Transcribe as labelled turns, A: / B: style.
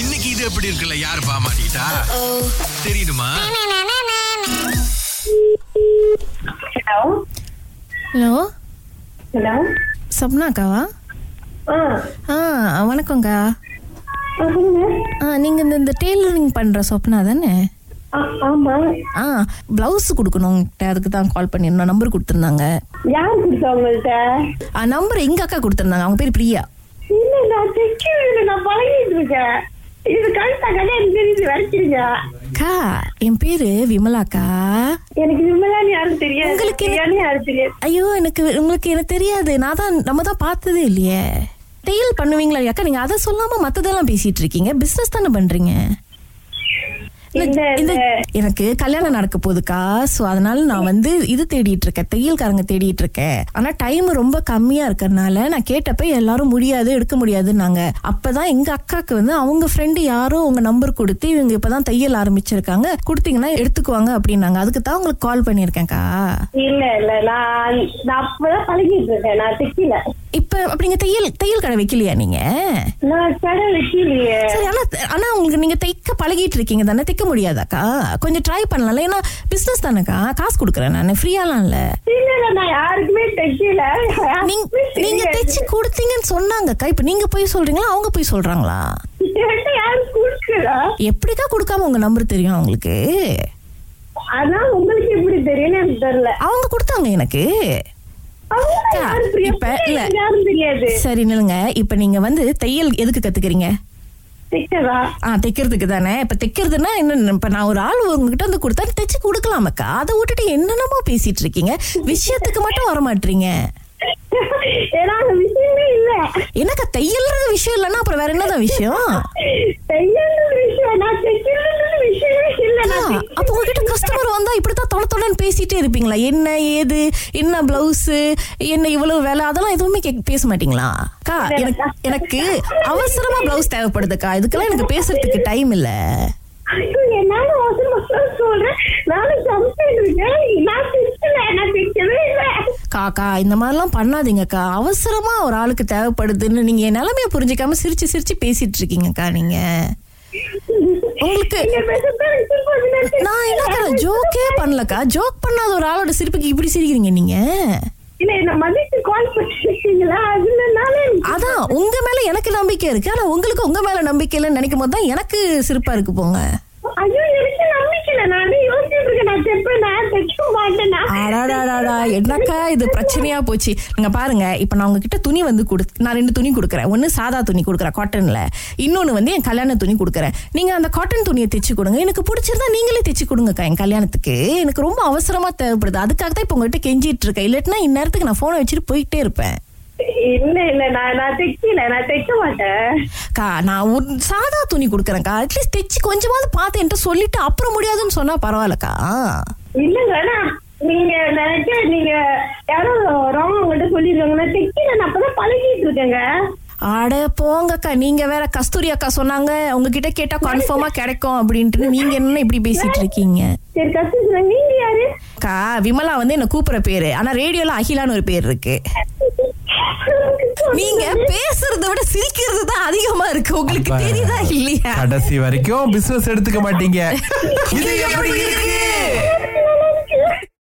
A: இன்னைக்கு இது எப்படி இருக்குல்ல யார் பாமாட்டா தெரியுமா
B: ஹலோ
C: ஹலோ
B: ஹலோ
C: சொப்னாக்காவா
B: ஆ
C: ஆ வணக்கங்கா
B: ஆ, சொல்லுங்க
C: ஆ நீங்கள் இந்த இந்த டெய்லரிங் பண்ணுற சொப்னா தானே
B: ஆ, ஆமா
C: ஆ ப்ளவுஸ் கொடுக்கணும் உங்ககிட்ட அதுக்கு தான் கால் பண்ணியிருந்தோம் நம்பர் கொடுத்துருந்தாங்க
B: யார் கொடுத்தா உங்கள்ட்ட
C: ஆ நம்பர் எங்கள் அக்கா கொடுத்துருந்தாங்க அவங்க பேர் பிரியா
B: இல்ல நான் தெக்கிறேன் நான் பழகிட்டு இருக்கேன் இது கழுத்தா கதை எனக்கு தெரியுது வரைச்சிருங்க
C: அக்கா என் பேர் விமலாக்கா
B: எனக்கு விமலான்னு யாரும் தெரியாது
C: உங்களுக்கு என்ன-
B: பிரியாணி யாரும் தெரியாது
C: ஐயோ எனக்கு உங்களுக்கு எனக்கு தெரியாது நான் தான் நம்ம தான் பார்த்ததே இல்லையே டெய்ல் பண்ணுவீங்களா அக்கா நீங்கள் அதை சொல்லாமல் மற்றதெல்லாம் பேசிகிட்டு இருக்கீங்க பிஸ்னஸ் தானே பண்ணுறீங்க
B: இல்ல,
C: இந்த-
B: இல்ல.
C: எனக்கு கல்யாணம் நடக்க போகுதுக்கா ஸோ அதனால நான் வந்து இது தேடிட்டு இருக்கேன் தையல்காரங்க தேடிட்டு இருக்கேன் ஆனா டைம் ரொம்ப கம்மியா இருக்கறனால நான் கேட்டப்ப எல்லாரும் முடியாது எடுக்க முடியாதுன்னாங்க அப்பதான் எங்க அக்காக்கு வந்து அவங்க ஃப்ரெண்டு யாரோ உங்க நம்பர் கொடுத்து இவங்க இப்பதான் தையல் ஆரம்பிச்சிருக்காங்க கொடுத்தீங்கன்னா எடுத்துக்குவாங்க அப்படின்னாங்க அதுக்கு தான் உங்களுக்கு கால் பண்ணியிருக்கேன்க்கா
B: இல்ல இல்ல நான் நான் அப்பதான் பழகிட்டு இருக்கேன் நான் தெக்கல
C: இப்ப அப்படிங்க தையல் தையல் கடை வைக்கலையா நீங்க
B: நான் கடை வைக்கலையே
C: சரி ஆனா ஆனா உங்களுக்கு நீங்க தைக்க பழகிட்டு இருக்கீங்க தானே தைக்க முடியாதாக்கா கொஞ்சம் ட்ரை பண்ணலாம்ல ஏன்னா பிசினஸ் தானேக்கா காசு கொடுக்குறேன் நான் ஃப்ரீயாலாம் இல்ல
B: இல்ல இல்ல, நான் யாருக்குமே தெக்கல
C: நீங்க நீங்க தைச்சு கொடுத்தீங்கன்னு சொன்னாங்கக்கா இப்ப நீங்க போய் சொல்றீங்களா அவங்க போய் சொல்றாங்களா
B: யாரும் கொடுக்கல
C: எப்படிக்கா கொடுக்காம உங்க நம்பர் தெரியும் அவங்களுக்கு
B: ஆனா உங்களுக்கு எப்படி தெரியும்னு எனக்கு தெரியல
C: அவங்க கொடுத்தாங்க எனக்கு
B: அவங்க
C: அக்கா,
B: யாரும்
C: இப்ப
B: தெரியாது.
C: இல்ல.
B: யாரும் தெரியாது
C: சரி நில்லுங்க இப்ப நீங்க வந்து தையல் எதுக்கு கத்துக்கிறீங்க
B: தெக்கதா
C: ஆ தைக்கிறதுக்கு தானே இப்ப தைக்கிறதுனா என்ன இப்ப நான் ஒரு ஆள் உங்ககிட்ட வந்து கொடுத்தா தைச்சு கொடுக்கலாமக்கா அதை விட்டுட்டு என்னென்னமோ பேசிட்டு இருக்கீங்க விஷயத்துக்கு மட்டும் வர மாட்டீங்க
B: ஏன்னா அந்த விஷயமே இல்ல
C: என்னக்கா தையல்ன்றது விஷயம் இல்லைன்னா அப்புறம் வேற என்னதான் விஷயம்
B: தையல்னு விஷயம் நான் தைக்கிறதுன்னு விஷயமே இல்ல
C: அக்கா,
B: நான்
C: அப்ப உங்ககிட்ட கஸ்டமர் வந்தா இப்படித்தான் தொலை தொலைன்னு பேசிட்டே இருப்பீங்களா என்ன ஏது என்ன பிளவுஸ் என்ன இவ்வளவு வேலை அதெல்லாம் எதுவுமே கேக்க- பேச மாட்டீங்களா அக்கா எனக்கு எனக்கு அவசரமா பிளவுஸ் தேவைப்படுதுக்கா இதுக்கெல்லாம் எனக்கு பேசுறதுக்கு டைம் இல்ல
B: ஐயோ, என்னால அவசர மக்கள் சொல்றேன் நானும் சமைச்சிட்டு இருக்கேன் நான் தைக்கல நான் தைக்கவே இல்ல
C: காக்கா இந்த மாதிரிலாம் பண்ணாதீங்கக்கா அவசரமா ஒரு ஆளுக்கு தேவைப்படுதுன்னு நீங்க என் நிலைமைய புரிஞ்சுக்காம சிரிச்சு சிரிச்சு பேசிட்டு இருக்கீங்கக்கா நீங்க உங்களுக்கு
B: நீங்க பேசுறது எனக்கு திரும்ப வந்து நான் தைக்கல.
C: நான் என்னக்கா ஜோக்கே பண்ணலக்கா ஜோக் பண்ணாத ஒரு ஆளோட சிரிப்புக்கு இப்படி சிரிக்கிறீங்க நீங்க
B: இல்ல என்ன மதிச்சு கால் பண்ணிருக்கீங்களா அதுலனால எனக்கு
C: அதான் உங்க மேல எனக்கு நம்பிக்கை இருக்கு ஆனா உங்களுக்கு உங்க மேல நம்பிக்கை இல்லைன்னு நினைக்கும் போது தான் எனக்கு சிரிப்பா இருக்கு போங்க
B: ஐயோ எனக்கு நம்பிக்கல நானே யோசிச்சுட்டு இருக்கேன் நான் தைப்பேன் நான் தைக்க மாட்டேன்
C: அடாடாடாடா என்னக்கா இது பிரச்சனையா போச்சு நீங்க பாருங்க இப்ப நான் உங்ககிட்ட துணி வந்து கொடு நான் ரெண்டு துணி கொடுக்குறேன் ஒன்னு சாதா துணி கொடுக்குறேன் காட்டன்ல இன்னொன்னு வந்து என் கல்யாண துணி கொடுக்குறேன் நீங்க அந்த காட்டன் துணியை தைச்சு கொடுங்க எனக்கு பிடிச்சிருந்தா நீங்களே தைச்சு கொடுங்கக்கா என் கல்யாணத்துக்கு எனக்கு ரொம்ப அவசரமா தேவைப்படுது அதுக்காக தான் இப்ப உங்ககிட்ட கெஞ்சிட்டு இருக்கேன் இல்லாட்டினா இந்நேரத்துக்கு நான் போனை வச்சுட்டு போயிட்டே இருப்பேன்
B: இல்ல இல்ல நான் நான் தைக்கல நான் தைக்க மாட்டேன்
C: அக்கா நான் ஒரு சாதா துணி கொடுக்குறேன்க்கா அட்லீஸ்ட் தைச்சு கொஞ்சமாவது பார்த்து என்கிட்ட சொல்லிட்டு அப்புறம் முடியாதுன்னு சொன்னா பரவாயில்லக்கா
B: இல்ல வேணாம் நீங்க நினைச்சா நீங்க யாரோ ராங் உங்கள்ட்ட சொல்லிருக்காங்க நான் தைக்கல நான் அப்பதான் பழகிட்டு இருக்கேங்க
C: அட போங்கக்கா நீங்க வேற கஸ்தூரி அக்கா சொன்னாங்க உங்ககிட்ட கேட்டா கன்ஃபார்மா கிடைக்கும் அப்படின்ட்டு நீங்க என்ன இப்படி பேசிட்டு இருக்கீங்க
B: சரி கத்துக்கிறேன் நீங்க யாரு
C: அக்கா விமலா வந்து என்ன கூப்பிடுற பேரு ஆனா ரேடியோல அகிலான்னு ஒரு பேர் இருக்கு நீங்க பேசுறதை விட சிரிக்கிறது தான் அதிகமா இருக்கு உங்களுக்கு தெரியுதா இல்லையா
A: கடைசி வரைக்கும் பிசினஸ் எடுத்துக்க மாட்டீங்க இது எப்படி இருக்கு